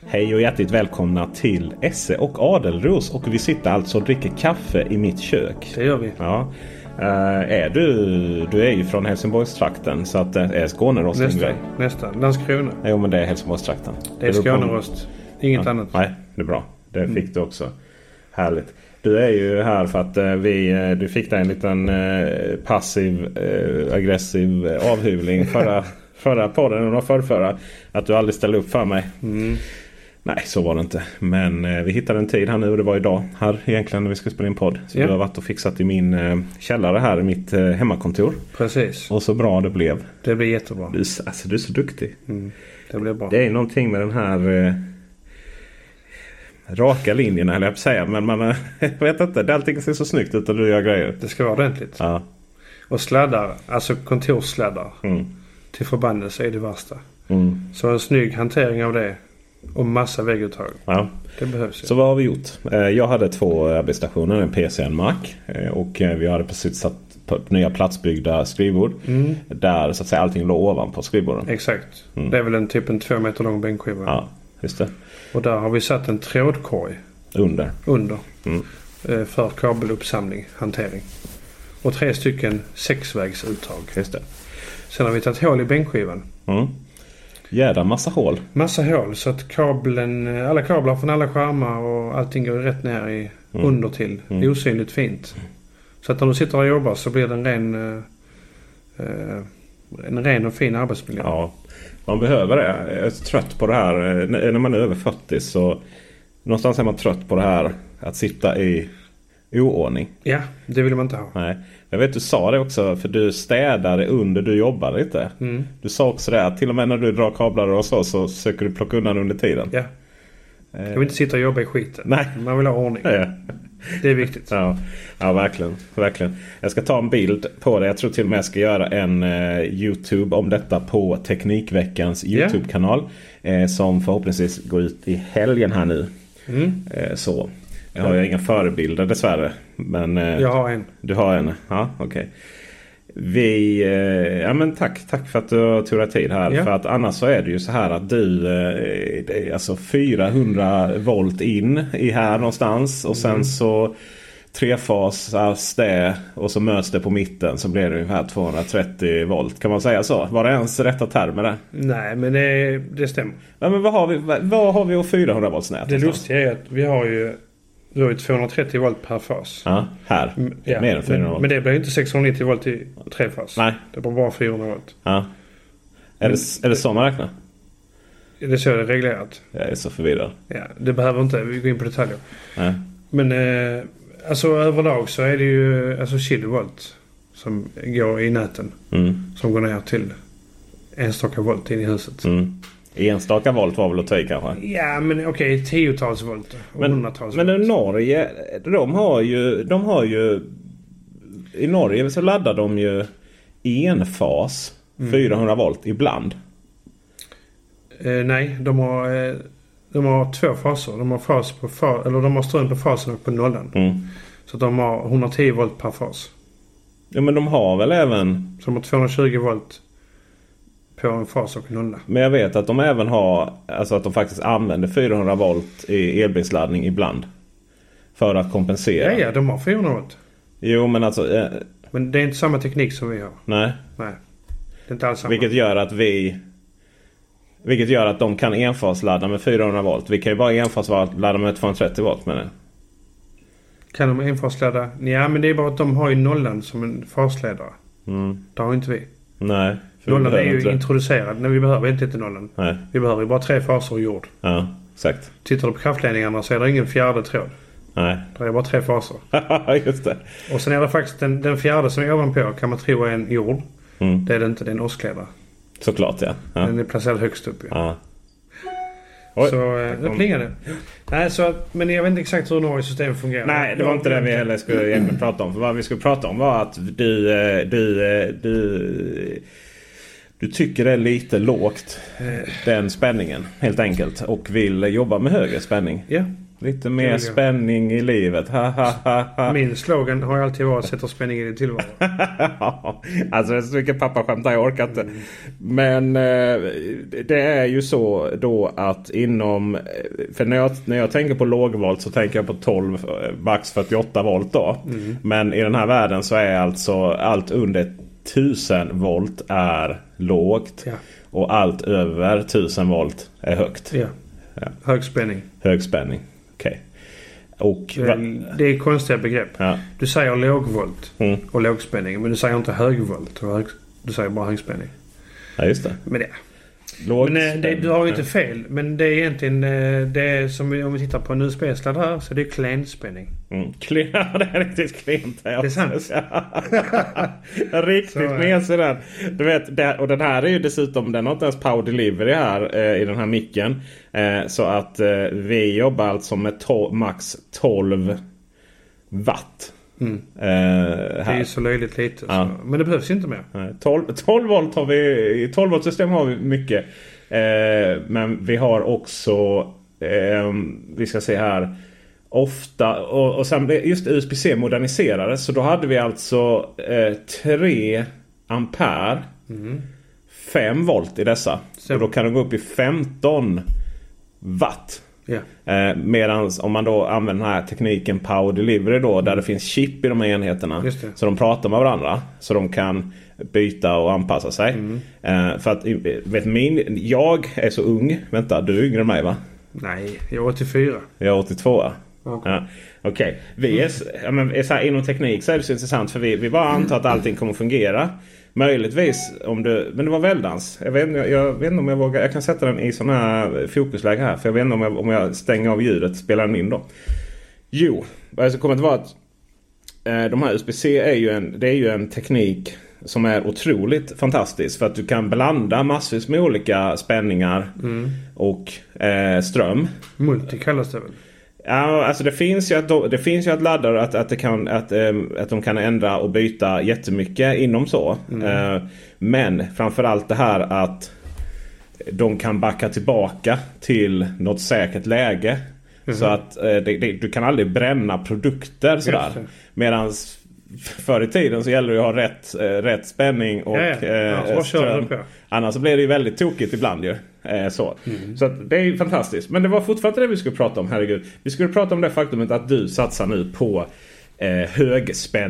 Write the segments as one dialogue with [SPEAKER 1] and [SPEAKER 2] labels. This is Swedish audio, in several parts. [SPEAKER 1] Hej och hjärtligt välkomna till Esse och Adelros. Och vi sitter alltså och dricker kaffe i mitt kök.
[SPEAKER 2] Det gör vi.
[SPEAKER 1] Ja. Eh, är du, du är ju från Helsingborgstrakten så att det är Skånerost din
[SPEAKER 2] Nästan.
[SPEAKER 1] grej?
[SPEAKER 2] Nästan. Landskrona.
[SPEAKER 1] Jo men det är Helsingborgstrakten.
[SPEAKER 2] Det är
[SPEAKER 1] beror på-
[SPEAKER 2] Skånerost. Inget
[SPEAKER 1] Ja.
[SPEAKER 2] annat. Mm.
[SPEAKER 1] Nej, det är bra. Det fick du också. Härligt. Du är ju här för att eh, vi, eh, du fick dig en liten eh, passiv eh, aggressiv eh, avhyvling förra, förra podden och förrförra. Att du aldrig ställde upp för mig.
[SPEAKER 2] Mm.
[SPEAKER 1] Nej, så var det inte. Men eh, vi hittade en tid här nu och det var idag här egentligen när vi skulle spela in podd. Så
[SPEAKER 2] Ja.
[SPEAKER 1] du har varit och fixat i min eh, källare här i mitt eh, hemmakontor.
[SPEAKER 2] Precis.
[SPEAKER 1] Och så bra det blev.
[SPEAKER 2] Det blir jättebra.
[SPEAKER 1] Du, är så- alltså, du är så duktig.
[SPEAKER 2] Det blir bra.
[SPEAKER 1] Det är någonting med den här eh, raka linjen höll jag på att säga. Men man eh, jag vet inte. Det allting ser så snyggt ut och du gör grejer.
[SPEAKER 2] Det ska vara ordentligt.
[SPEAKER 1] Ja.
[SPEAKER 2] Och sladdar. Alltså kontorssladdar.
[SPEAKER 1] Mm.
[SPEAKER 2] Till förbannelse är det värsta.
[SPEAKER 1] Mm.
[SPEAKER 2] Så en snygg hantering av det. Och massa vägguttag.
[SPEAKER 1] Ja.
[SPEAKER 2] Det behövs ju.
[SPEAKER 1] Så vad har vi gjort? Eh, Jag hade två arbetsstationer. En PC och en Mac. Eh, Och eh, vi hade precis satt på nya platsbyggda skrivbord. Där så att säga allting låg ovanpå skrivborden.
[SPEAKER 2] Exakt. Det är väl en typ en två meter lång bänkskiva.
[SPEAKER 1] Mm. Ja, just det.
[SPEAKER 2] Och där har vi satt en trådkorg
[SPEAKER 1] Under.
[SPEAKER 2] under.
[SPEAKER 1] Mm.
[SPEAKER 2] eh, För kabeluppsamling, hantering. Och tre stycken sexvägsuttag.
[SPEAKER 1] Just det.
[SPEAKER 2] Sen har vi tagit hål i bänkskivan.
[SPEAKER 1] Mm. Jädra massa hål.
[SPEAKER 2] Massa hål så att kabeln, eh, alla kablar från alla skärmar och allting går rätt ner i under till.
[SPEAKER 1] Mm.
[SPEAKER 2] Osynligt fint. Så att när du sitter och jobbar så blir det en ren, eh, eh, en ren och fin arbetsmiljö.
[SPEAKER 1] Ja, man behöver det. Jag är trött på det här. Eh, När man är över 40 så någonstans är man trött på det här att sitta i oordning.
[SPEAKER 2] Ja, det vill man inte ha.
[SPEAKER 1] Nej. Jag vet du sa det också för du städade under du jobbade inte.
[SPEAKER 2] Mm.
[SPEAKER 1] Du sa också det att till och med när du drar kablar och så så försöker du plocka undan under tiden.
[SPEAKER 2] Ja, jag vill inte sitta och jobba i skiten.
[SPEAKER 1] Nej.
[SPEAKER 2] Man vill ha ordning.
[SPEAKER 1] Eh,
[SPEAKER 2] Det är viktigt.
[SPEAKER 1] Ja, ja verkligen, verkligen. Jag ska ta en bild på det. Jag tror till och med jag ska göra en eh, YouTube om detta på Teknikveckans
[SPEAKER 2] Ja.
[SPEAKER 1] YouTube-kanal. Eh, som förhoppningsvis går ut i helgen här nu.
[SPEAKER 2] Mm.
[SPEAKER 1] Eh, så. Jag har ju inga förebilder dessvärre. Men eh,
[SPEAKER 2] Jag har en.
[SPEAKER 1] du har en. Ja, okej. Vi, eh, ja men tack, tack för att du tog dig tid här.
[SPEAKER 2] Ja.
[SPEAKER 1] För att annars så är det ju så här att du, eh, det är alltså 400 volt in i här någonstans. Och sen
[SPEAKER 2] Mm.
[SPEAKER 1] så trefasas det och så möts det på mitten så blir det ungefär 230 volt. Kan man säga så? Var det ens rätta termer där?
[SPEAKER 2] Nej, men det, det stämmer.
[SPEAKER 1] Ja, men vad har vi, vad, vad har vi och 400 voltsnät?
[SPEAKER 2] Det
[SPEAKER 1] någonstans?
[SPEAKER 2] lustiga är att vi har ju, vi har ju 230 volt per fas.
[SPEAKER 1] Ja, här.
[SPEAKER 2] Mm, ja.
[SPEAKER 1] Mer än 400
[SPEAKER 2] men,
[SPEAKER 1] volt.
[SPEAKER 2] men det blir ju inte 690 volt i trefas.
[SPEAKER 1] Nej.
[SPEAKER 2] Det blir bara 400 volt.
[SPEAKER 1] Ja. Är, det, är det så man räknar?
[SPEAKER 2] Är Det är så det är reglerat.
[SPEAKER 1] Jag är så förvirrad.
[SPEAKER 2] Ja, det behöver inte vi gå in på detaljer.
[SPEAKER 1] Nej.
[SPEAKER 2] Men eh, alltså överlag så är det ju alltså kilovolt som går i näten.
[SPEAKER 1] Mm,
[SPEAKER 2] Som går ner till enstaka volt in i huset.
[SPEAKER 1] mm. Enstaka volt var väl att ta i kanske?
[SPEAKER 2] Ja men okej, tiotals volt och hundratals
[SPEAKER 1] men
[SPEAKER 2] volt.
[SPEAKER 1] i Norge, de har ju... De har ju I Norge så laddar de ju enfas
[SPEAKER 2] Mm.
[SPEAKER 1] 400 volt ibland.
[SPEAKER 2] Eh, nej, de har, eh, de har två faser. De har, fas på fa- eller de har ström på fasen och på nollan.
[SPEAKER 1] Mm.
[SPEAKER 2] Så de har 110 volt per fas.
[SPEAKER 1] Ja, men de har väl även...
[SPEAKER 2] Så de har 220 volt på en fas och en nolla.
[SPEAKER 1] Men jag vet att de även har... Alltså att de faktiskt använder 400 volt i elbilsladdning ibland. För att
[SPEAKER 2] Ja,
[SPEAKER 1] kompensera.
[SPEAKER 2] ja, de har 400 volt.
[SPEAKER 1] Jo men alltså... Eh,
[SPEAKER 2] Men det är inte samma teknik som vi har.
[SPEAKER 1] nej.
[SPEAKER 2] Nej. Det är inte alls samma.
[SPEAKER 1] Vilket gör att vi... Vilket gör att de kan enfasladda med 400 volt. Vi kan ju bara enfasladda med 230 volt med det.
[SPEAKER 2] Kan de enfasladda? Ja, men det är bara att de har ju nollan som en fasledare.
[SPEAKER 1] Mm.
[SPEAKER 2] Det har inte vi.
[SPEAKER 1] Nej. för vi
[SPEAKER 2] Nollan är
[SPEAKER 1] behöver
[SPEAKER 2] ju
[SPEAKER 1] inte det.
[SPEAKER 2] introducerad. Nej, vi behöver inte, inte nollan.
[SPEAKER 1] Nej.
[SPEAKER 2] Vi behöver ju bara tre faser och jord.
[SPEAKER 1] Ja, exakt.
[SPEAKER 2] Tittar du på kraftledningarna så är det ingen fjärde tråd.
[SPEAKER 1] Nej.
[SPEAKER 2] Det är bara tre faser.
[SPEAKER 1] Just det.
[SPEAKER 2] Och sen är det faktiskt den, den fjärde som är ovanpå kan man tro är en jord.
[SPEAKER 1] Mm.
[SPEAKER 2] Det är det inte. Det är en åskledare.
[SPEAKER 1] Såklart ja. ja.
[SPEAKER 2] Den är placerad högst upp ju.
[SPEAKER 1] ja. Oj.
[SPEAKER 2] så eh, det
[SPEAKER 1] kom-
[SPEAKER 2] plingade. Nej, så, att- men jag vet inte exakt hur Norges system fungerar.
[SPEAKER 1] Nej, det var inte det vi heller skulle egentligen prata om. För vad vi skulle prata om var att du... eh, Du, eh, du, du tycker det är lite eh, lågt. Den spänningen helt enkelt. Och vill jobba med högre spänning.
[SPEAKER 2] Ja,
[SPEAKER 1] Lite mer spänning i livet. Ha, ha, ha, ha.
[SPEAKER 2] Min slogan har ju alltid varit sätter spänning i din tillvaro.
[SPEAKER 1] alltså det är så mycket pappaskämt där, jag orkar inte. Men eh, det är ju så då att inom... eh, För när jag, när jag tänker på lågvolt så tänker jag på 12 eh, max 48 volt då. Men i den här världen så är alltså allt under 1000 volt är lågt.
[SPEAKER 2] Ja.
[SPEAKER 1] Och allt över 1000 volt är högt.
[SPEAKER 2] Ja.
[SPEAKER 1] Ja.
[SPEAKER 2] Hög spänning.
[SPEAKER 1] Hög spänning. Okej. Och...
[SPEAKER 2] Det är, det är konstiga begrepp.
[SPEAKER 1] Ja.
[SPEAKER 2] Du säger lågvolt
[SPEAKER 1] Mm.
[SPEAKER 2] och lågspänning men du säger inte högvolt. Och hög, du säger bara högspänning.
[SPEAKER 1] ja, just det.
[SPEAKER 2] Men det.
[SPEAKER 1] Låg
[SPEAKER 2] Men eh, det,
[SPEAKER 1] spänning.
[SPEAKER 2] du har ju inte fel. Men det är egentligen eh, det är som vi- om vi tittar på en USB-sladd här så det är klenspänning.
[SPEAKER 1] Mm. Klen, det är riktigt klent. Det
[SPEAKER 2] är sant.
[SPEAKER 1] riktigt
[SPEAKER 2] Så, eh.
[SPEAKER 1] mesig den. Du vet, det, och den här är ju dessutom, den har inte ens power delivery här eh, i den här micken. Eh, så att eh, vi jobbar alltså med to- max 12 watt. Eh,
[SPEAKER 2] Mm. Det är ju
[SPEAKER 1] här.
[SPEAKER 2] så löjligt lite.
[SPEAKER 1] Ja.
[SPEAKER 2] Så. Men det behövs inte mer.
[SPEAKER 1] Nej, 12, 12 volt har vi, i 12 volt system har vi mycket. Eh, men vi har också, eh, vi ska se här, ofta och, och sen blev just USB-C moderniserades. Så då hade vi alltså eh, 3 ampere, 5 volt i dessa.
[SPEAKER 2] Stämmer.
[SPEAKER 1] Och då kan de gå upp i 15 watt.
[SPEAKER 2] Ja.
[SPEAKER 1] Eh, Medan om man då använder den här tekniken Power Delivery då där det finns chip i de här enheterna.
[SPEAKER 2] Mm. Just det.
[SPEAKER 1] Så de pratar med varandra. Så de kan byta och anpassa sig.
[SPEAKER 2] Mm.
[SPEAKER 1] Eh, för att eh, vet min, jag är så ung. Vänta, du är yngre än mig va?
[SPEAKER 2] Nej, jag är 84.
[SPEAKER 1] Jag är 82 va?
[SPEAKER 2] Okej.
[SPEAKER 1] Ja, Okej, vi är, s- ja, men är så här, inom teknik så är det så intressant för vi, vi bara antar att allting kommer fungera. Möjligtvis om du, men det var väldans. Jag vet, inte- jag, jag vet inte om jag vågar, jag kan sätta den i sån här fokusläge här. För jag vet inte om jag, om jag stänger av ljudet, spelar den in då. Jo, vad som kommer att vara att eh, de här USB-C är ju, en, det är ju en teknik som är otroligt fantastisk. För att du kan blanda massvis med olika spänningar och eh, ström.
[SPEAKER 2] Multi kallas det väl?
[SPEAKER 1] Ja, alltså det finns ju att, de, det finns ju att laddare att, att, det kan, att, ehm, att de kan ändra och byta jättemycket inom så.
[SPEAKER 2] Mm.
[SPEAKER 1] Eh, men framförallt det här att de kan backa tillbaka till något säkert läge.
[SPEAKER 2] Mm-hmm.
[SPEAKER 1] Så att eh, det, det, du kan aldrig bränna produkter
[SPEAKER 2] Just det.
[SPEAKER 1] sådär. Medan förr i tiden så gäller det ju att ha rätt, eh, rätt spänning och
[SPEAKER 2] Ja, ja.
[SPEAKER 1] eh,
[SPEAKER 2] Annars bara kör
[SPEAKER 1] ström.
[SPEAKER 2] du på.
[SPEAKER 1] Annars så blir det ju väldigt tokigt ibland ju. Eh, så
[SPEAKER 2] Mm.
[SPEAKER 1] så att det är ju fantastiskt. Men det var fortfarande det vi skulle prata om. Herregud. Vi skulle prata om det faktumet att du satsar nu på eh,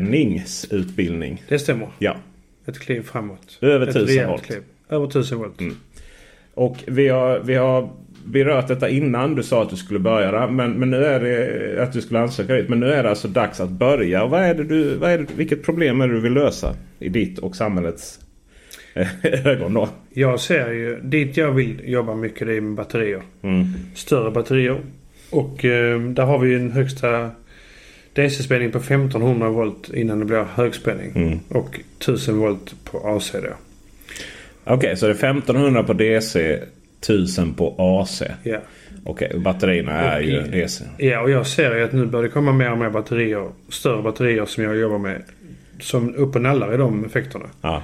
[SPEAKER 1] högspänningsutbildning.
[SPEAKER 2] Det stämmer.
[SPEAKER 1] Ja.
[SPEAKER 2] Ett kliv framåt.
[SPEAKER 1] Över
[SPEAKER 2] Ett
[SPEAKER 1] 1000
[SPEAKER 2] rejält
[SPEAKER 1] volt.
[SPEAKER 2] kliv. Över 1000 volt.
[SPEAKER 1] Och vi har, vi har berört detta innan du sa att du skulle börja. där, Men, men nu är det att du skulle ansöka dit. Men nu är det alltså dags att börja. Och vad är det du, vad är det, vilket problem är det du vill lösa i ditt och samhällets eh, ögon då?
[SPEAKER 2] Jag ser ju, dit jag vill jobba mycket det är med batterier.
[SPEAKER 1] Mm.
[SPEAKER 2] Större batterier. Och eh, där har vi ju en högsta DC-spänning på 1500 volt innan det blir högspänning.
[SPEAKER 1] Mm.
[SPEAKER 2] Och 1000 volt på AC då.
[SPEAKER 1] Okej, så det är 1500 på DC, 1000 på AC.
[SPEAKER 2] Ja.
[SPEAKER 1] Okej, och batterierna är
[SPEAKER 2] Och
[SPEAKER 1] ju
[SPEAKER 2] i-
[SPEAKER 1] DC.
[SPEAKER 2] ja, och jag ser ju att nu börjar det komma mer och mer batterier. Större batterier som jag jobbar med. Som upp och nallar i de effekterna.
[SPEAKER 1] Ja.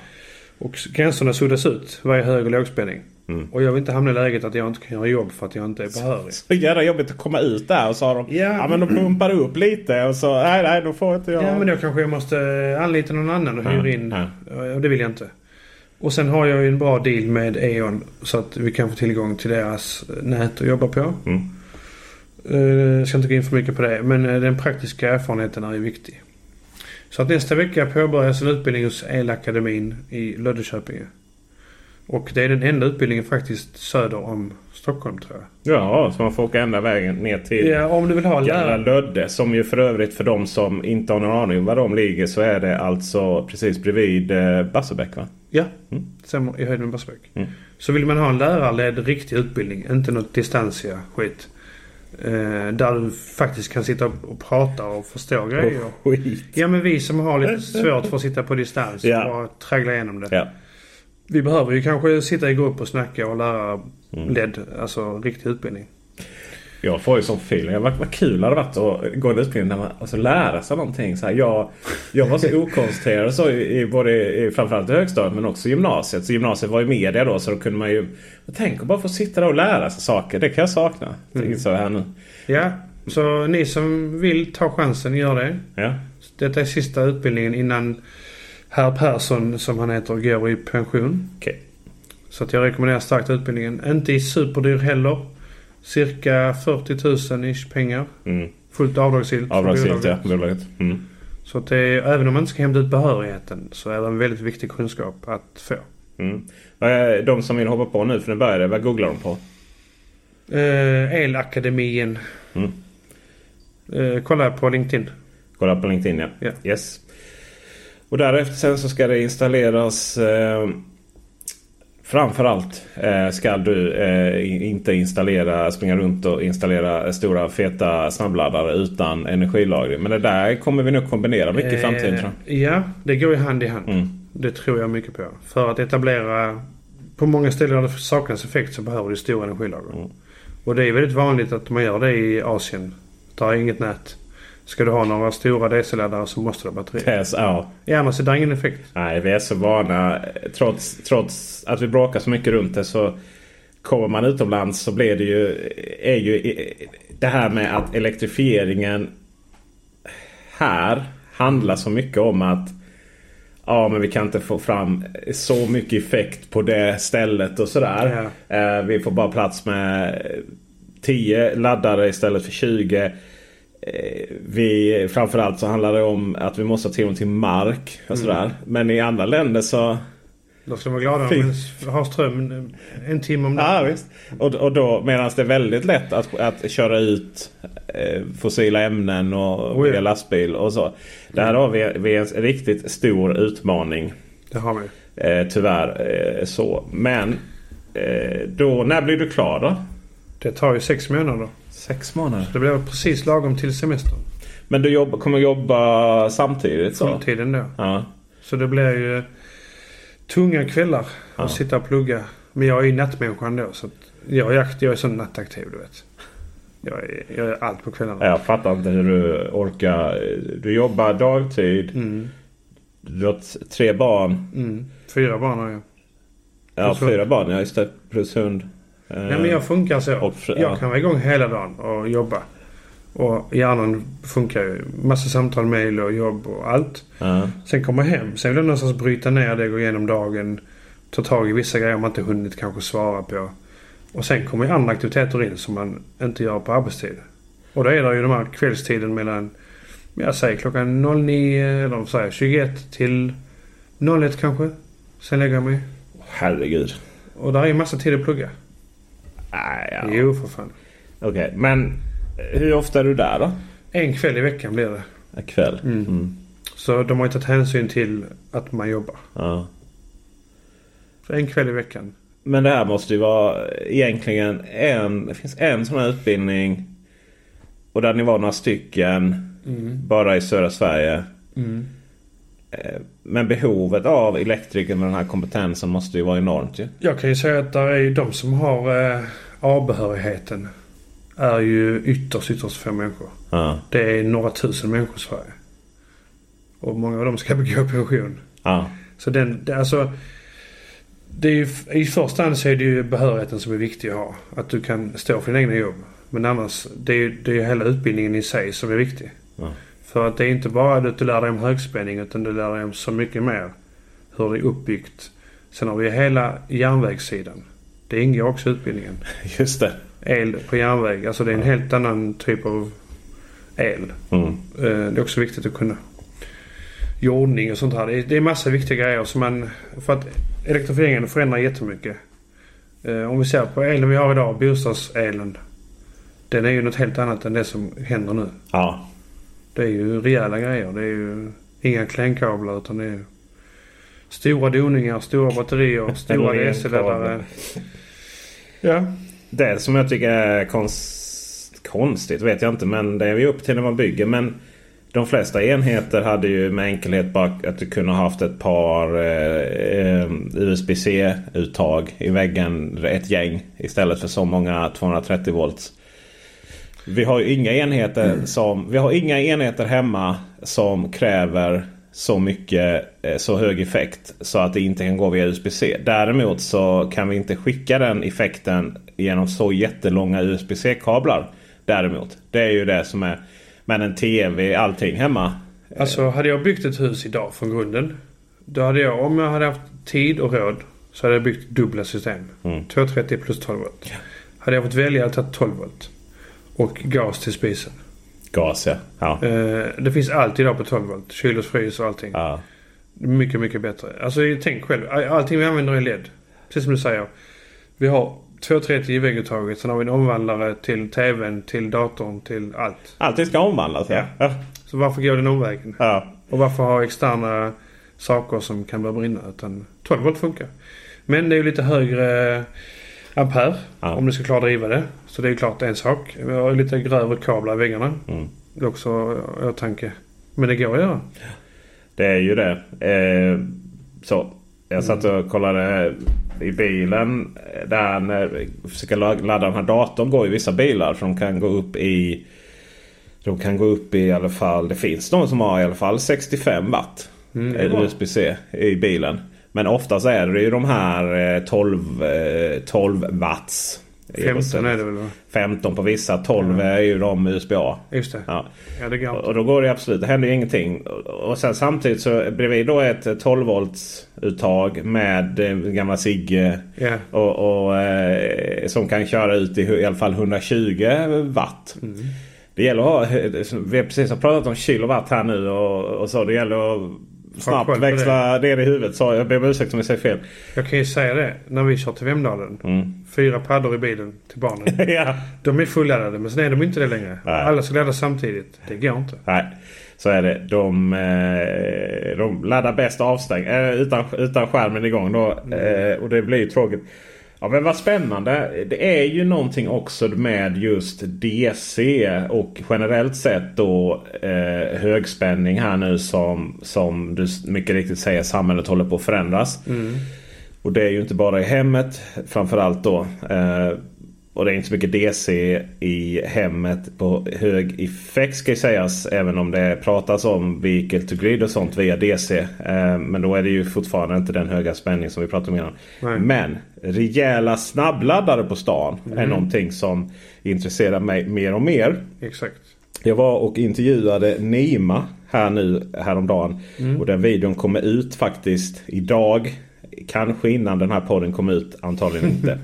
[SPEAKER 2] Och gränserna suddas ut. Vad är hög och lågspänning?
[SPEAKER 1] Mm.
[SPEAKER 2] Och jag vill inte hamna i läget att jag inte kan göra jobb för att jag inte är behörig.
[SPEAKER 1] Så jävla jobbigt att komma ut där och så har de...
[SPEAKER 2] Ja.
[SPEAKER 1] Ja, men de pumpar upp lite och så... Nej, nej, då får inte jag...
[SPEAKER 2] Ja men då kanske jag måste eh, anlita någon annan och
[SPEAKER 1] Ja,
[SPEAKER 2] hyra in.
[SPEAKER 1] ja.
[SPEAKER 2] Och det vill jag inte. Och sen har jag ju en bra deal med E.ON så att vi kan få tillgång till deras eh, nät att jobba på.
[SPEAKER 1] Mm.
[SPEAKER 2] Eh, Jag ska inte gå in för mycket på det men eh, den praktiska erfarenheten är ju viktig. Så att nästa vecka påbörjas en utbildning hos Elakademin i Löddeköpinge. Och det är den enda utbildningen faktiskt söder om Stockholm tror jag.
[SPEAKER 1] Ja, så man får åka ända vägen ner till...
[SPEAKER 2] Ja, om du vill ha
[SPEAKER 1] Gamla
[SPEAKER 2] lärare.
[SPEAKER 1] Lödde som ju för övrigt för de som inte har någon aning om var de ligger så är det alltså precis bredvid eh, Barsebäck va?
[SPEAKER 2] Ja,
[SPEAKER 1] Mm.
[SPEAKER 2] stämmer. I höjd med Barsebäck.
[SPEAKER 1] Mm.
[SPEAKER 2] Så vill man ha en lärarledd riktig utbildning, inte något distansia skit. Eh, där du faktiskt kan sitta och prata och förstå grejer.
[SPEAKER 1] Åh, skit.
[SPEAKER 2] Ja men vi som har lite svårt för att sitta på distans
[SPEAKER 1] Ja.
[SPEAKER 2] och bara traggla igenom det.
[SPEAKER 1] Ja.
[SPEAKER 2] Vi behöver ju kanske sitta i grupp och snacka och lära
[SPEAKER 1] Mm.
[SPEAKER 2] ledd, alltså riktig utbildning.
[SPEAKER 1] Jag får ju sån feeling. Vad, vad kul det hade varit att gå en utbildning där man alltså, lära sig någonting. Så här, jag, jag var så okoncentrerad så i, i både i, framförallt i högstadiet men också i gymnasiet. Så gymnasiet var i media då så då kunde man ju... Tänk att bara få sitta där och lära sig saker. Det kan jag sakna. Det insåg jag här nu.
[SPEAKER 2] Ja, Så ni som vill ta chansen, gör det.
[SPEAKER 1] Ja.
[SPEAKER 2] Detta är sista utbildningen innan herr Persson, som han heter, går i pension.
[SPEAKER 1] Okej.
[SPEAKER 2] Så att jag rekommenderar starkt utbildningen. Inte superdyr heller. Cirka 40 000 ish pengar.
[SPEAKER 1] Mm.
[SPEAKER 2] Fullt avdragsgillt. för
[SPEAKER 1] Avdragsgillt
[SPEAKER 2] bolaget.
[SPEAKER 1] ja. Bolaget. Mm.
[SPEAKER 2] Så att det är, även om man inte ska hämta ut behörigheten så är det en väldigt viktig kunskap att få.
[SPEAKER 1] Mm. Eh, De som vill hoppa på nu för nu börjar det. Vad googlar de på?
[SPEAKER 2] Eh, Elakademien.
[SPEAKER 1] Mm.
[SPEAKER 2] Eh, kolla på LinkedIn.
[SPEAKER 1] Kolla på LinkedIn ja.
[SPEAKER 2] Ja.
[SPEAKER 1] Yes. Och därefter sen så ska det installeras eh, Framförallt eh, ska du eh, i- inte installera, springa runt och installera stora feta snabbladdare utan energilagring. Men det där kommer vi nog kombinera mycket i framtiden tror
[SPEAKER 2] jag. Eh, Ja, det går ju hand i hand.
[SPEAKER 1] jag. Mm.
[SPEAKER 2] Det tror jag mycket på. För att etablera... På många ställen där det saknas effekt så behöver du stora energilager.
[SPEAKER 1] Mm.
[SPEAKER 2] Och det är väldigt vanligt att man gör det i Asien. Där är inget nät. Ska du ha några stora DC-laddare så måste du ha batteri.
[SPEAKER 1] Yes, ja.
[SPEAKER 2] I Annars är det ingen effekt.
[SPEAKER 1] Nej, vi är så vana. Trots, trots att vi bråkar så mycket runt det så kommer man utomlands så blir det ju, är ju eh, det här med att elektrifieringen här handlar så mycket om att ja, men vi kan inte få fram så mycket effekt på det stället och sådär. Eh, vi får bara plats med 10 laddare istället för 20. Eh, Vi, framförallt så handlar det om att vi måste ha tillgång till mark och sådär. Men i andra länder så...
[SPEAKER 2] Då ska man vara glada
[SPEAKER 1] Fy.
[SPEAKER 2] om man har ström en- en timme om dagen.
[SPEAKER 1] Ja, visst. Och, och då medan det är väldigt lätt att, att köra ut eh, fossila ämnen och
[SPEAKER 2] Oh, ja.
[SPEAKER 1] via lastbil och så. Där har vi, vi en riktigt stor utmaning.
[SPEAKER 2] Det har vi.
[SPEAKER 1] Eh, tyvärr eh, så. Men eh, då, när blir du klar då?
[SPEAKER 2] Det tar ju sex månader.
[SPEAKER 1] Sex månader.
[SPEAKER 2] Det blir precis lagom till semestern.
[SPEAKER 1] Men du jobb, kommer jobba samtidigt? Så?
[SPEAKER 2] Fulltiden då.
[SPEAKER 1] Ja.
[SPEAKER 2] Så det blir ju tunga kvällar att
[SPEAKER 1] Ja.
[SPEAKER 2] sitta och plugga. Men jag är ju nattmänniskan då. Så att jag, är, akt- jag är sån nattaktiv du vet. Jag är, jag är allt på kvällarna.
[SPEAKER 1] Jag fattar inte hur du orkar. Du jobbar dagtid.
[SPEAKER 2] Mm,
[SPEAKER 1] Du har t- tre barn.
[SPEAKER 2] mm. Fyra barn har jag.
[SPEAKER 1] Ja,
[SPEAKER 2] Plus hund.
[SPEAKER 1] fyra barn. Ja, just det. Plus hund. Eh,
[SPEAKER 2] Nej men jag funkar så.
[SPEAKER 1] och fr- ja.
[SPEAKER 2] Jag kan vara igång hela dagen och jobba. Och hjärnan funkar ju. Massa samtal, mejl och jobb och allt.
[SPEAKER 1] ja.
[SPEAKER 2] Sen kommer jag hem. Sen vill jag någonstans bryta ner det, gå igenom dagen. Ta tag i vissa grejer man inte hunnit kanske svara på. Och sen kommer ju andra aktiviteter in som man inte gör på arbetstid. Och då är det ju den här kvällstiden mellan, jag säger klockan 09 eller vad säger jag, 21 till 01 kanske. Sen lägger jag mig.
[SPEAKER 1] Herregud.
[SPEAKER 2] Och där är ju massa tid att plugga.
[SPEAKER 1] Nej, ja. Okej,
[SPEAKER 2] Jo för fan.
[SPEAKER 1] men eh, hur ofta är du där då?
[SPEAKER 2] En kväll i veckan blir det.
[SPEAKER 1] En Kväll?
[SPEAKER 2] Mm.
[SPEAKER 1] Mm.
[SPEAKER 2] Så de har ju tagit hänsyn till att man jobbar.
[SPEAKER 1] Ja.
[SPEAKER 2] Så en kväll i veckan.
[SPEAKER 1] Men det här måste ju vara eh, egentligen en... Det finns en sån här utbildning. Och där ni var några stycken. Bara i södra Sverige.
[SPEAKER 2] Mm.
[SPEAKER 1] Eh, Men behovet av elektriker med den här kompetensen måste ju vara enormt ju.
[SPEAKER 2] Jag kan ju säga att där är ju de som har eh, A-behörigheten är ju ytterst, ytterst få människor.
[SPEAKER 1] Ja.
[SPEAKER 2] Det är några tusen människor i Sverige. Och många av dem ska begå pension.
[SPEAKER 1] Ja.
[SPEAKER 2] Så den, det, alltså, det är ju, I första hand så är det ju behörigheten som är viktig att ha. Att du kan stå för dina egna jobb. Men annars, det är ju det är ju hela utbildningen i sig som är viktig.
[SPEAKER 1] Ja.
[SPEAKER 2] För att det är inte bara att du lär dig om högspänning utan du lär dig om så mycket mer. Hur det är uppbyggt. Sen har vi hela järnvägssidan. Det ingår också i utbildningen.
[SPEAKER 1] Just det.
[SPEAKER 2] El på järnväg, alltså det är en helt annan typ av el.
[SPEAKER 1] Mm.
[SPEAKER 2] Eh, Det är också viktigt att kunna. Jordning och sånt här. Det är- Det är massa viktiga grejer som man... För att elektrifieringen förändrar jättemycket. Eh, Om vi ser på elen vi har idag, bostadselen. Den är ju något helt annat än det som händer nu.
[SPEAKER 1] Ja.
[SPEAKER 2] Det är ju rejäla grejer. Det är ju inga klänkablar utan det är ju stora doningar, stora batterier, stora
[SPEAKER 1] Eller
[SPEAKER 2] DC-laddare. Ja.
[SPEAKER 1] Det som jag tycker är konst, konstigt vet jag inte men det är ju upp till när man bygger. Men de flesta enheter hade ju med enkelhet bara att du kunde ha haft ett par eh, eh, USB-C uttag i väggen. Ett gäng istället för så många 230 volts. Vi har ju inga enheter, som, vi har inga enheter hemma som kräver så mycket, eh, så hög effekt så att det inte kan gå via USB-C. Däremot så kan vi inte skicka den effekten genom så jättelånga USB-C-kablar. Däremot. Det är ju det som är. Men en TV, allting hemma.
[SPEAKER 2] Alltså hade jag byggt ett hus idag från grunden. Då hade jag, om jag hade haft tid och råd. Så hade jag byggt dubbla system.
[SPEAKER 1] Mm.
[SPEAKER 2] 230 plus 12 volt.
[SPEAKER 1] Ja.
[SPEAKER 2] Hade jag fått välja hade jag tagit 12 volt. Och gas till spisen.
[SPEAKER 1] Gas ja. Ja.
[SPEAKER 2] Eh, det finns allt idag på 12 volt. Kyl och frys och allting.
[SPEAKER 1] ja.
[SPEAKER 2] Mycket, mycket bättre. Alltså tänk själv. all- Allting vi använder är LED. Precis som du säger. Vi har 230 i vägguttaget. Sen har vi en omvandlare till TVn, till datorn, till allt.
[SPEAKER 1] Allting ska omvandlas ja. Ja.
[SPEAKER 2] Så varför går den omvägen?
[SPEAKER 1] ja.
[SPEAKER 2] Och varför ha externa saker som kan börja brinna? Utan 12 volt funkar. Men det är ju lite högre eh, ampere
[SPEAKER 1] Ja.
[SPEAKER 2] om du ska klara att driva det. Så det är ju klart en sak. Vi har lite grövre kablar i väggarna.
[SPEAKER 1] Mm.
[SPEAKER 2] Det är också i åtanke. Men det går att göra.
[SPEAKER 1] Det är ju det. Eh, så. Jag satt
[SPEAKER 2] Mm.
[SPEAKER 1] och kollade i bilen. eh, Där när vi försöker la- ladda den här datorn går ju vissa bilar. För de kan gå upp i... De kan gå upp i i alla fall. Det finns de som har i alla fall 65 watt.
[SPEAKER 2] Mm, det är
[SPEAKER 1] eh,
[SPEAKER 2] bra.
[SPEAKER 1] USB-C i bilen. Men oftast är det ju de här eh, 12, eh, 12 watts.
[SPEAKER 2] 15 är det väl va?
[SPEAKER 1] 15 på vissa. 12 är ju de USB-A.
[SPEAKER 2] Just det.
[SPEAKER 1] Ja.
[SPEAKER 2] Ja, det går
[SPEAKER 1] Och
[SPEAKER 2] inte.
[SPEAKER 1] och då går det absolut, det händer ju ingenting. Och- Och sen samtidigt så bredvid då ett 12 volts uttag med eh, gamla Sigge.
[SPEAKER 2] Ja.
[SPEAKER 1] Och, och, eh, som kan köra ut i, hu- i alla fall 120 watt. Det gäller att ha, vi har precis har pratat om kilowatt här nu och, och så. Det gäller att
[SPEAKER 2] koll
[SPEAKER 1] snabbt
[SPEAKER 2] på det.
[SPEAKER 1] växla ner i huvudet. Så jag ber om ursäkt om jag säger fel.
[SPEAKER 2] Jag kan ju säga det. När vi kör till Vemdalen.
[SPEAKER 1] Mm.
[SPEAKER 2] Fyra paddor i bilen till barnen.
[SPEAKER 1] ja.
[SPEAKER 2] De är fulladdade men sen är de inte det längre.
[SPEAKER 1] Nej.
[SPEAKER 2] Alla ska ladda samtidigt. Det går inte.
[SPEAKER 1] Nej, så är det. De, eh, de laddar bäst avstäng, eh, utan, utan skärmen igång. Då, eh, och det blir ju tråkigt. Ja men vad spännande. Det är ju någonting också med just DC och generellt sett då eh, högspänning här nu som, som du s- mycket riktigt säger samhället håller på att förändras. Och det är ju inte bara i hemmet framförallt då. Eh, och det är inte så mycket DC i hemmet på hög effekt ska ju sägas. Även om det pratas om vehicle to grid och sånt via DC. Eh, men då är det ju fortfarande inte den höga spänning som vi pratade om innan.
[SPEAKER 2] Nej.
[SPEAKER 1] Men rejäla snabbladdare på stan är någonting som intresserar mig mer och mer.
[SPEAKER 2] Exakt.
[SPEAKER 1] Jag var och intervjuade Nima här nu häromdagen. Och den videon kommer ut faktiskt idag. Kanske innan den här podden kom ut, antagligen inte.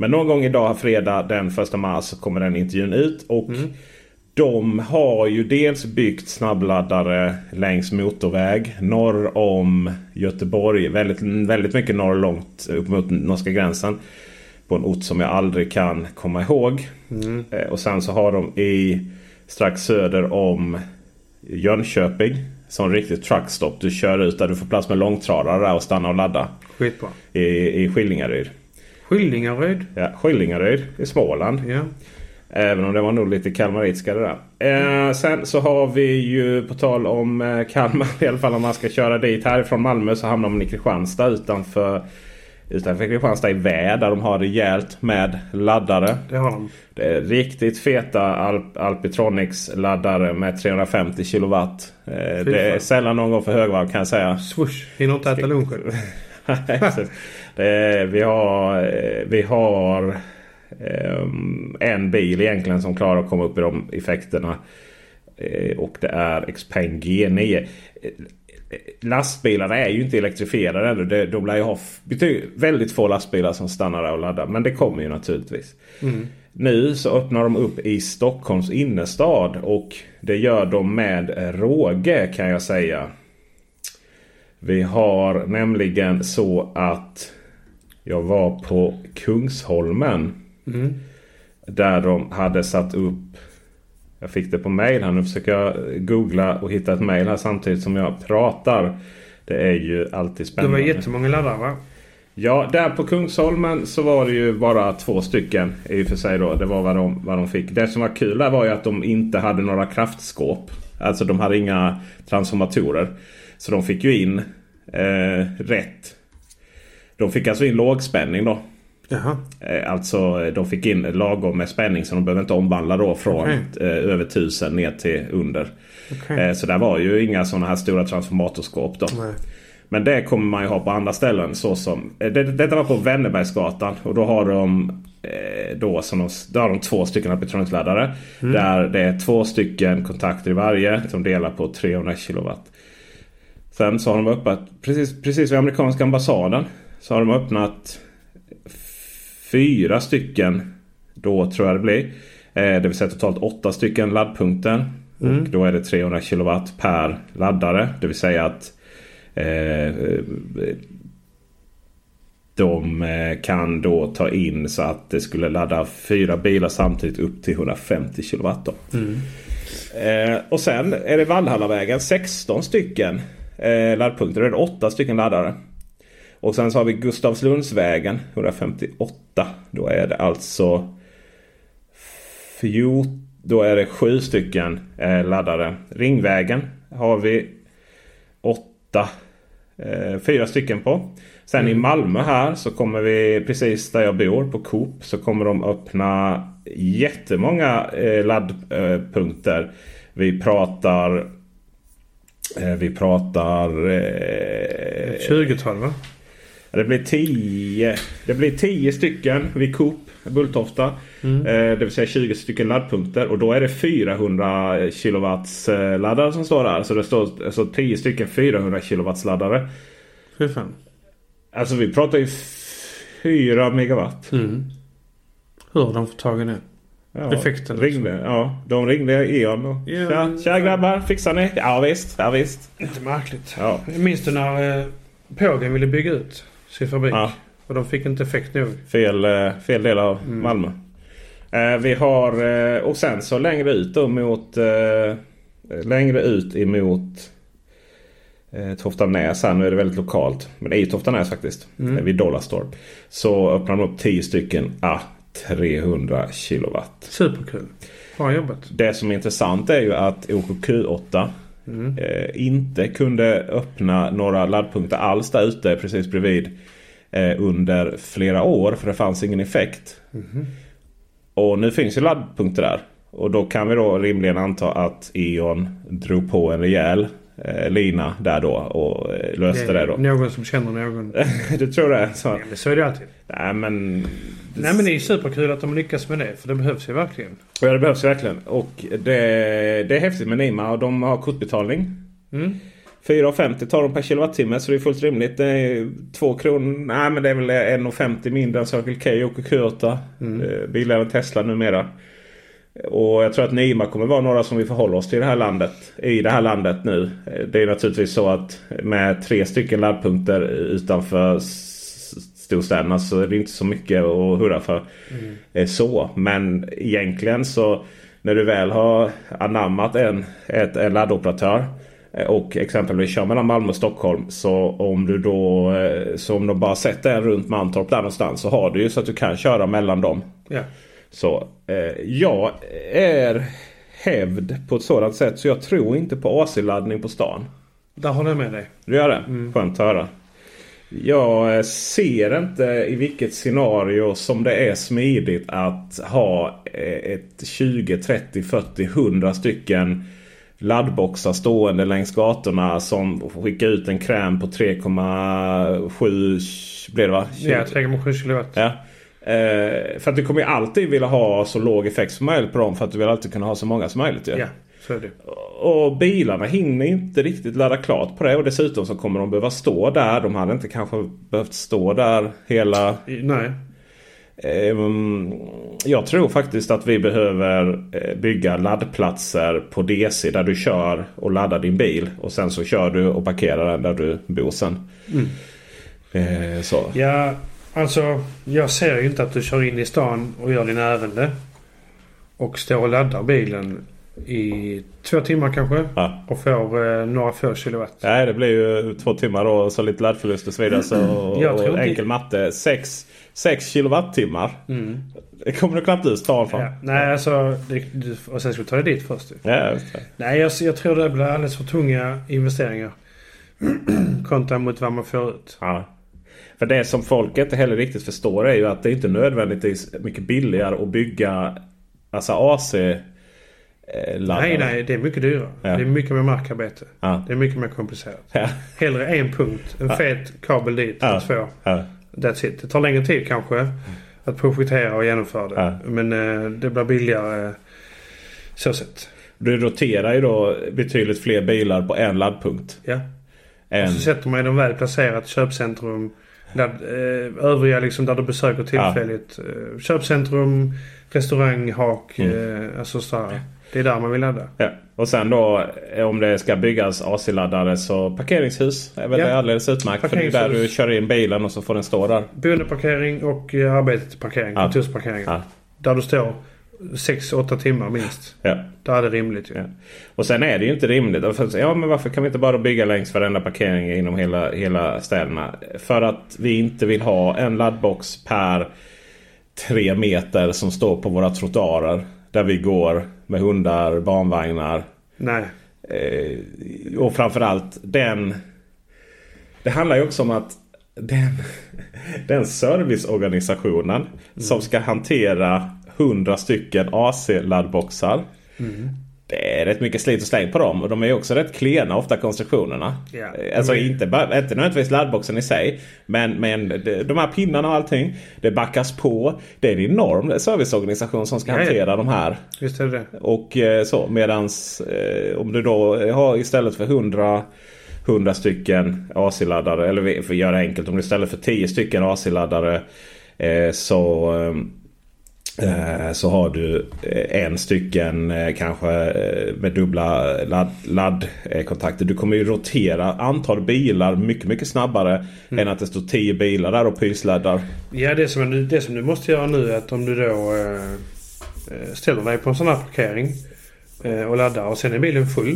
[SPEAKER 1] Men någon gång idag, fredag den 1 mars, så kommer den intervjun ut. Och de har ju dels byggt snabbladdare längs motorväg norr om Göteborg. Väldigt, väldigt mycket norr långt upp mot norska gränsen. På en ort som jag aldrig kan komma ihåg. Eh, Och sen så har de i strax söder om Jönköping. Som riktigt truckstop. Du kör ut där du får plats med långtradare där och stanna och ladda.
[SPEAKER 2] Skitbra.
[SPEAKER 1] I, i Skillingaryd.
[SPEAKER 2] Skillingaryd.
[SPEAKER 1] Ja, Skillingaryd i Småland.
[SPEAKER 2] Ja.
[SPEAKER 1] Även om det var nog lite kalmaritiska det där. Eh, sen så har vi ju på tal om eh, Kalmar. I alla fall om man ska köra dit härifrån Malmö så hamnar man i Kristianstad utanför, utanför Kristianstad i Vä. Där de har rejält med laddare.
[SPEAKER 2] Det har de.
[SPEAKER 1] Det är riktigt feta Alp Alpitronics laddare med 350 kilowatt. Eh, det är
[SPEAKER 2] fan.
[SPEAKER 1] sällan någon går för högvarv kan jag säga.
[SPEAKER 2] Swoosh. Hinner inte äta lunch själv.
[SPEAKER 1] Precis. det är, vi har, eh, vi har ehm, en bil egentligen som klarar att komma upp i de effekterna. Eh, och det är Xpeng G9. Eh, Lastbilarna är ju inte elektrifierade ännu. Det- De lär ju ha f- bety- väldigt få lastbilar som stannar där och laddar. Men det kommer ju naturligtvis. Nu så öppnar de upp i Stockholms innerstad och det gör de med råge kan jag säga. Vi har nämligen så att jag var på Kungsholmen.
[SPEAKER 2] Mm.
[SPEAKER 1] Där de hade satt upp. Jag fick det på mail här. Nu försöker jag googla och hitta ett mail här samtidigt som jag pratar. Det är ju alltid
[SPEAKER 2] Det var
[SPEAKER 1] spännande.
[SPEAKER 2] jättemånga laddare va?
[SPEAKER 1] Ja, där på Kungsholmen så var det ju bara två stycken i och för sig. Då. Det var vad de, vad de fick. Det som var kul där var ju att de inte hade några kraftskåp. Alltså de hade inga transformatorer. Så de fick ju in eh, rätt. De fick alltså in lågspänning då.
[SPEAKER 2] Jaha.
[SPEAKER 1] Eh, Alltså eh, de fick in lagom med spänning så de behöver inte omvandla då från
[SPEAKER 2] Okej.
[SPEAKER 1] eh, över 1000 ner till under.
[SPEAKER 2] Okej.
[SPEAKER 1] Eh, så där var ju inga sådana här stora transformatorskåp då.
[SPEAKER 2] Nej.
[SPEAKER 1] Men det kommer man ju ha på andra ställen. Så som, eh, det, detta var på Wennerbergsgatan och då har de eh, då, som de, då har de två stycken Apitronix-laddare. Där det är två stycken kontakter i varje som delar på 300 kilowatt. Sen så har de öppnat, precis, precis vid amerikanska ambassaden, så har de öppnat fyra stycken då tror jag det blir. Eh, det vill säga totalt åtta stycken laddpunkter. Och då är det 300 kilowatt per laddare. Det vill säga att eh, eh, de eh, kan då ta in så att det skulle ladda fyra bilar samtidigt upp till 150 kilowatt. Då. Eh, och sen är det Vallhallavägen 16 stycken eh, laddpunkter. Då är det 8 stycken laddare. Och sen så har vi Gustavslundsvägen 158. Då är det alltså fjort, då är det 7 stycken eh, laddare. Ringvägen har vi 8 eh, fyra stycken på. Sen i Malmö här så kommer vi precis där jag bor på Coop så kommer de öppna jättemånga eh, laddpunkter. Vi pratar eh, vi pratar eh,
[SPEAKER 2] Ett 20-tal va?
[SPEAKER 1] det blir 10 Det blir 10 stycken vid Coop Bulltofta.
[SPEAKER 2] Mm.
[SPEAKER 1] Eh, det vill säga 20 stycken laddpunkter och då är det 400 kilowatts eh, laddare som står där. Så det står alltså 10 stycken 400 kilowatts laddare.
[SPEAKER 2] Fy fan.
[SPEAKER 1] Alltså vi pratar ju 4 megawatt.
[SPEAKER 2] Mm. Hur har de fått tag i det?
[SPEAKER 1] Ja,
[SPEAKER 2] Effekten
[SPEAKER 1] Ringde, ja, de ringde Eon och tja,
[SPEAKER 2] Ja, men-
[SPEAKER 1] tja grabbar fixar ni? Ja visst, ja visst.
[SPEAKER 2] Inte märkligt.
[SPEAKER 1] Ja.
[SPEAKER 2] Minns du när eh, Pågen ville bygga ut sin fabrik?
[SPEAKER 1] Ja.
[SPEAKER 2] Och de fick inte effekt nog.
[SPEAKER 1] Fel, eh, fel del av Malmö. Eh, vi har eh, och sen så längre ut då mot eh, längre ut emot eh, Toftanäs här. Nu är det väldigt lokalt. Men det är ju Toftanäs faktiskt. Eh, Vid Dollarstore. Så öppnar de upp 10 stycken ah, 300 kilowatt.
[SPEAKER 2] Superkul. Bra jobbat.
[SPEAKER 1] Det som är intressant är ju att OKQ8
[SPEAKER 2] Mm.
[SPEAKER 1] eh, inte kunde öppna några laddpunkter alls där ute precis bredvid eh, under flera år för det fanns ingen effekt.
[SPEAKER 2] Mhm.
[SPEAKER 1] Och nu finns ju laddpunkter där. Och då kan vi då rimligen anta att E.ON drog på en rejäl eh, lina där då och eh, löste det,
[SPEAKER 2] är
[SPEAKER 1] då.
[SPEAKER 2] Någon som känner någon.
[SPEAKER 1] du tror det? Så,
[SPEAKER 2] Ja, men så är det alltid.
[SPEAKER 1] nej men...
[SPEAKER 2] Nej men det är superkul att de lyckas med det. För det behövs ju verkligen.
[SPEAKER 1] Ja det behövs verkligen. Och det, det är häftigt med Nima och de har kortbetalning.
[SPEAKER 2] Mm.
[SPEAKER 1] 4,50 tar de per kilowattimme så det är fullt rimligt. Det är 2 kronor. Nej men det är väl 1,50 mindre än Circle K och Q8. Mm. Billigare än Tesla numera. Och jag tror att Nima kommer vara några som vi förhåller oss till det här landet. I det här landet nu. Eh, Det är naturligtvis så att med tre stycken laddpunkter utanför s- storstäderna så är det inte så mycket att hurra för. Eh, Så. Men egentligen så när du väl har anammat en, ett, en laddoperatör eh, och exempelvis kör mellan Malmö och Stockholm. Så om du då eh, så om de bara sätter en runt Mantorp där någonstans så har du ju så att du kan köra mellan dem.
[SPEAKER 2] Ja.
[SPEAKER 1] Så eh, jag är hävd på ett sådant sätt så jag tror inte på AC-laddning på stan.
[SPEAKER 2] Där håller jag med dig.
[SPEAKER 1] Du gör det? Skönt att höra. Jag eh, ser inte i vilket scenario som det är smidigt att ha eh, ett 20, 30, 40, 100 stycken laddboxar stående längs gatorna som skickar ut en kräm på 3,7 blir det va?
[SPEAKER 2] Ja, 3,7 kilowatt.
[SPEAKER 1] Ja. Eh, för att du kommer ju alltid vilja ha så låg effekt som möjligt på dem för att du vill alltid kunna ha så många som möjligt. Ju.
[SPEAKER 2] Ja, så är det.
[SPEAKER 1] Och bilarna hinner inte riktigt ladda klart på det och dessutom så kommer de behöva stå där. De hade inte kanske behövt stå där hela...
[SPEAKER 2] I- Nej.
[SPEAKER 1] Ehm, jag tror faktiskt att vi behöver eh, bygga laddplatser på DC där du kör och laddar din bil. Och sen så kör du och parkerar den där du bor sen. Eh, så.
[SPEAKER 2] Ja, alltså jag ser ju inte att du kör in i stan och gör din ärende. Och står och laddar bilen i två timmar kanske.
[SPEAKER 1] Ja.
[SPEAKER 2] Och får eh, några få kilowatt.
[SPEAKER 1] Nej det blir ju eh, två timmar då och så lite laddförlust och så vidare. Så,
[SPEAKER 2] Mm. Jag
[SPEAKER 1] och
[SPEAKER 2] tror inte-
[SPEAKER 1] enkel matte. 6 kilowattimmar. Det kommer du knappt ut stan för.
[SPEAKER 2] Mm. Ja. Nej, alltså... Det, du, och sen ska du ta dig dit först typ. ju.
[SPEAKER 1] Ja, just det.
[SPEAKER 2] Nej, jag, jag tror det blir alldeles för tunga investeringar. Kontra mot vad man får ut.
[SPEAKER 1] ja. För det som folk inte heller riktigt förstår är ju att det är inte nödvändigtvis mycket billigare att bygga alltså AC eh, laddare?
[SPEAKER 2] Nej, nej, det är mycket dyrare.
[SPEAKER 1] Ja.
[SPEAKER 2] Det är mycket mer markarbete.
[SPEAKER 1] Ja.
[SPEAKER 2] Det är mycket mer komplicerat.
[SPEAKER 1] Ja.
[SPEAKER 2] Hellre en punkt, en fet kabel dit,
[SPEAKER 1] Ja.
[SPEAKER 2] två.
[SPEAKER 1] Ja.
[SPEAKER 2] That's it. Det tar längre tid kanske att projektera och genomföra det.
[SPEAKER 1] Ja.
[SPEAKER 2] Men eh, det blir billigare eh, så sett.
[SPEAKER 1] Du roterar ju då betydligt fler bilar på en laddpunkt.
[SPEAKER 2] Ja.
[SPEAKER 1] Än,
[SPEAKER 2] Och så sätter man ju dem väl placerat i köpcentrum. Där, eh, övriga liksom där du besöker tillfälligt. Eh, köpcentrum, restaurang, hak.
[SPEAKER 1] Mm.
[SPEAKER 2] Eh, alltså så här. Det är där man vill ladda.
[SPEAKER 1] ja. Och sen då eh, om det ska byggas AC-laddare så parkeringshus är väl
[SPEAKER 2] Ja.
[SPEAKER 1] det alldeles utmärkt. För det är där
[SPEAKER 2] Parkeringshus.
[SPEAKER 1] du kör in bilen och så får den stå där.
[SPEAKER 2] Boendeparkering och eh, arbetsparkering.
[SPEAKER 1] Ja.
[SPEAKER 2] Kontorsparkering.
[SPEAKER 1] Ja.
[SPEAKER 2] Där du står 6-8 timmar minst.
[SPEAKER 1] Ja.
[SPEAKER 2] Där är det rimligt ju.
[SPEAKER 1] Ja. Och sen är det ju inte rimligt. Och för- Ja, men varför kan vi inte bara bygga längs varenda parkering inom hela, hela städerna? För att vi inte vill ha en laddbox per tre meter som står på våra trottoarer. Där vi går med hundar, barnvagnar.
[SPEAKER 2] Nej.
[SPEAKER 1] Eh, och framförallt den... Det handlar ju också om att den, den serviceorganisationen
[SPEAKER 2] Mm.
[SPEAKER 1] som ska hantera 100 stycken AC-laddboxar.
[SPEAKER 2] Mm.
[SPEAKER 1] Det är rätt mycket slit och släng på dem och de är ju också rätt klena ofta konstruktionerna.
[SPEAKER 2] Ja.
[SPEAKER 1] Eh, Alltså
[SPEAKER 2] De är-
[SPEAKER 1] inte, bara- inte nödvändigtvis laddboxen i sig. Men, men de- de här pinnarna och allting. Det backas på. Det är en enorm serviceorganisation som ska
[SPEAKER 2] Ja, ja.
[SPEAKER 1] hantera de här.
[SPEAKER 2] Visst är det det.
[SPEAKER 1] Och eh, så medans eh, om du då har istället för 100, 100 stycken AC-laddare. Eller vi- för att göra det enkelt. Om du istället för 10 stycken AC-laddare. Eh, så, eh, eh, så har du eh, en stycken eh, kanske eh, med dubbla ladd- laddkontakter. du kommer ju rotera antal bilar mycket, mycket snabbare. Än att det står 10 bilar där och pysladdar.
[SPEAKER 2] Ja, det som, du- det som du måste göra nu är att om du då eh, eh, ställer dig på en sån här parkering eh, och laddar och sen är bilen full.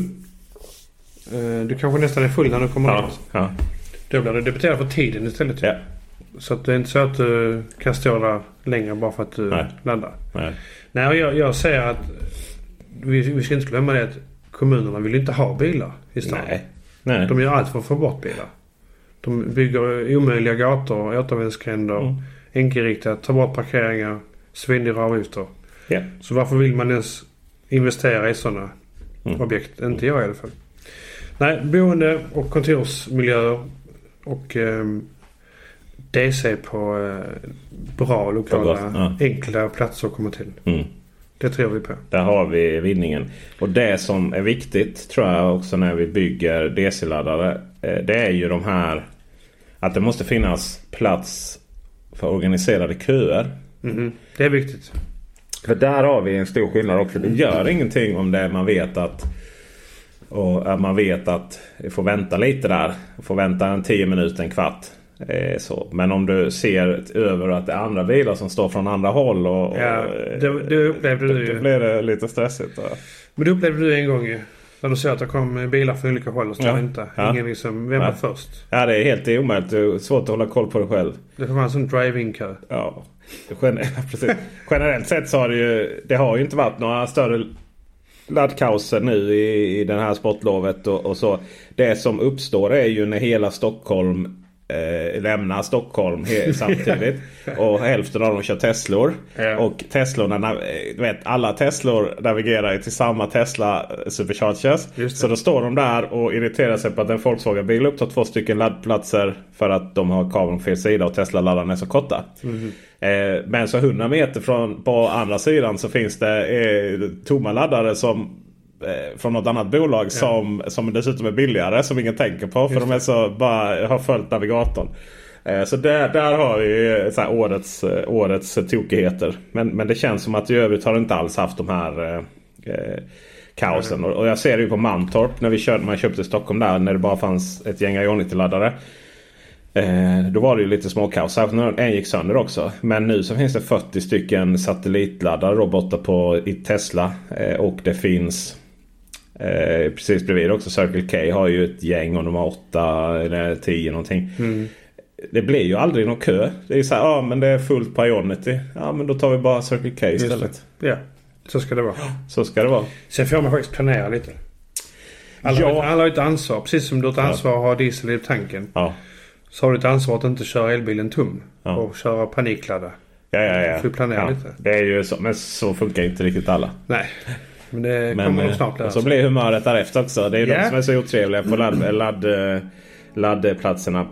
[SPEAKER 2] Eh, du kanske nästan är full när du kommer
[SPEAKER 1] Ja,
[SPEAKER 2] ut.
[SPEAKER 1] ja,
[SPEAKER 2] Då blir du debiterad för tiden istället.
[SPEAKER 1] ja.
[SPEAKER 2] Så att det är inte så att du kan stå där längre bara för att du
[SPEAKER 1] Nej.
[SPEAKER 2] laddar.
[SPEAKER 1] Nej.
[SPEAKER 2] Nej, och jag, jag säger att vi, vi ska inte glömma det att kommunerna vill inte ha bilar i stan.
[SPEAKER 1] Nej. Nej.
[SPEAKER 2] De gör allt för att få bort bilar. De bygger omöjliga gator, återvändsgränder,
[SPEAKER 1] Mm.
[SPEAKER 2] enkelriktat, tar bort parkeringar, svindyra avgifter.
[SPEAKER 1] Ja.
[SPEAKER 2] Så varför vill man ens investera i sådana
[SPEAKER 1] Mm.
[SPEAKER 2] objekt? Inte jag i alla fall. Nej, boende och kontorsmiljöer och ehm, DC på eh, bra lokala,
[SPEAKER 1] Ja.
[SPEAKER 2] enkla platser att komma till.
[SPEAKER 1] Mm.
[SPEAKER 2] Det tror vi på.
[SPEAKER 1] Där har vi vinningen. Och det som är viktigt tror jag också när vi bygger DC-laddare. eh, Det är ju de här att det måste finnas plats för organiserade köer.
[SPEAKER 2] Mhm. Det är viktigt.
[SPEAKER 1] För där har vi en stor skillnad också. Det gör ingenting om det man vet att och att man vet att vi får vänta lite där. Får vänta en 10 minuter, en kvart. Eh, så. Men om du ser över att det är andra bilar som står från andra håll. Och, och,
[SPEAKER 2] Ja, det, det upplevde du
[SPEAKER 1] då
[SPEAKER 2] ju.
[SPEAKER 1] blir det lite stressigt. Då.
[SPEAKER 2] Men det upplevde du en gång ju. När du såg att det kom bilar från olika håll och stod
[SPEAKER 1] Ja.
[SPEAKER 2] och väntade.
[SPEAKER 1] Ja.
[SPEAKER 2] Ingen liksom, vem var
[SPEAKER 1] Ja.
[SPEAKER 2] först?
[SPEAKER 1] Ja det är helt omöjligt. Det är svårt att hålla koll på det själv.
[SPEAKER 2] Det fanns en driving-kö.
[SPEAKER 1] Ja. Gen- precis. Generellt sett så har det ju, det har ju inte varit några större laddkaoser nu i, i den här sportlovet och, och så. Det som uppstår är ju när hela Stockholm eh, lämnar Stockholm he- samtidigt. och hälften av dem kör Teslor.
[SPEAKER 2] Ja.
[SPEAKER 1] Och Teslorna, na- eh, du vet alla Teslor navigerar ju till samma Tesla eh, Superchargers.
[SPEAKER 2] Just det.
[SPEAKER 1] Så då står de där och irriterar sig på att en Volkswagen-bil upptar två stycken laddplatser. För att de har kabeln på fel sida och Tesla-laddarna är så korta. Eh, men så 100 meter från, på andra sidan så finns det eh, tomma laddare som eh, från något annat bolag som, som dessutom är billigare som ingen tänker på för de är så bara har följt navigatorn. Eh, Så där, där har vi ju så här årets, eh, årets eh, tokigheter. Men, men det känns som att i övrigt har det inte alls haft de här eh, eh, kaosen. Och, och jag ser det ju på Mantorp när vi körde, man köpte i Stockholm där när det bara fanns ett gäng Ionity-laddare. Eh, då var det ju lite småkaos. Särskilt när en gick sönder också. Men nu så finns det 40 stycken satellitladdare då borta på, i Tesla. Eh, och det finns eh, precis bredvid också Circle K har ju ett gäng och de har åtta eller tio någonting. Det blir ju aldrig någon kö. Det är ju så här, ja ah, men det är fullt på Ionity. Ja men då tar vi bara Circle K istället.
[SPEAKER 2] Ja, så ska det vara.
[SPEAKER 1] Så ska det vara.
[SPEAKER 2] Sen får man faktiskt planera lite. Alla,
[SPEAKER 1] Ja.
[SPEAKER 2] har, alla har ett ansvar. Precis som du har ett ansvar att ha diesel i tanken.
[SPEAKER 1] Ja,
[SPEAKER 2] Så har du ett ansvar att inte köra elbilen tom.
[SPEAKER 1] Ja.
[SPEAKER 2] Och köra panikladda.
[SPEAKER 1] ja, ja. ja.
[SPEAKER 2] Får vi planera
[SPEAKER 1] ja.
[SPEAKER 2] lite?
[SPEAKER 1] Det är ju så, men så funkar inte riktigt alla.
[SPEAKER 2] Nej. Men det
[SPEAKER 1] Men,
[SPEAKER 2] kommer nog
[SPEAKER 1] eh,
[SPEAKER 2] snart där.
[SPEAKER 1] och så blir humöret därefter också. Det är ju
[SPEAKER 2] Ja.
[SPEAKER 1] de som är så otrevliga på ladd, ladd, eh, laddplatserna.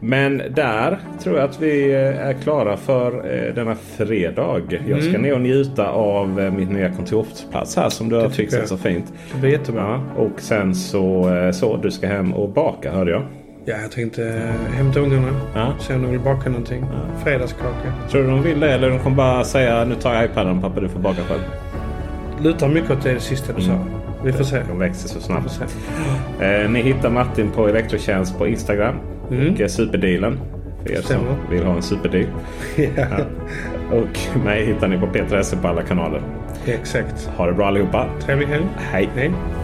[SPEAKER 1] Men där tror jag att vi eh, är klara för eh, denna fredag.
[SPEAKER 2] Mm.
[SPEAKER 1] Jag ska ner och njuta av eh, mitt nya kontorsplats här som du har
[SPEAKER 2] tycker
[SPEAKER 1] fixat
[SPEAKER 2] jag.
[SPEAKER 1] så fint.
[SPEAKER 2] Det blir jättebra.
[SPEAKER 1] Ja, och sen så, eh, så du ska hem och baka hörde jag.
[SPEAKER 2] Ja, jag tänkte eh, hämta ungarna.
[SPEAKER 1] Ja.
[SPEAKER 2] Se om de vill baka någonting. Fredagskaka.
[SPEAKER 1] Tror du de vill det eller de kommer bara säga nu tar jag iPaden pappa du får baka själv.
[SPEAKER 2] Lutar mycket åt det sista
[SPEAKER 1] Mm.
[SPEAKER 2] du sa. Vi får se.
[SPEAKER 1] De växer så
[SPEAKER 2] Vi
[SPEAKER 1] snabbt.
[SPEAKER 2] får se.
[SPEAKER 1] Eh, ni hittar Martin på Elektrotjänst på Instagram.
[SPEAKER 2] Mm.
[SPEAKER 1] Och eh, Superdealen. För er som
[SPEAKER 2] Stämmer.
[SPEAKER 1] vill ha en superdeal.
[SPEAKER 2] Ja,
[SPEAKER 1] Och mig hittar ni på Peter Esse på E alla kanaler.
[SPEAKER 2] exakt.
[SPEAKER 1] Ha det bra allihopa.
[SPEAKER 2] Trevlig helg.
[SPEAKER 1] Hej!
[SPEAKER 2] Hej.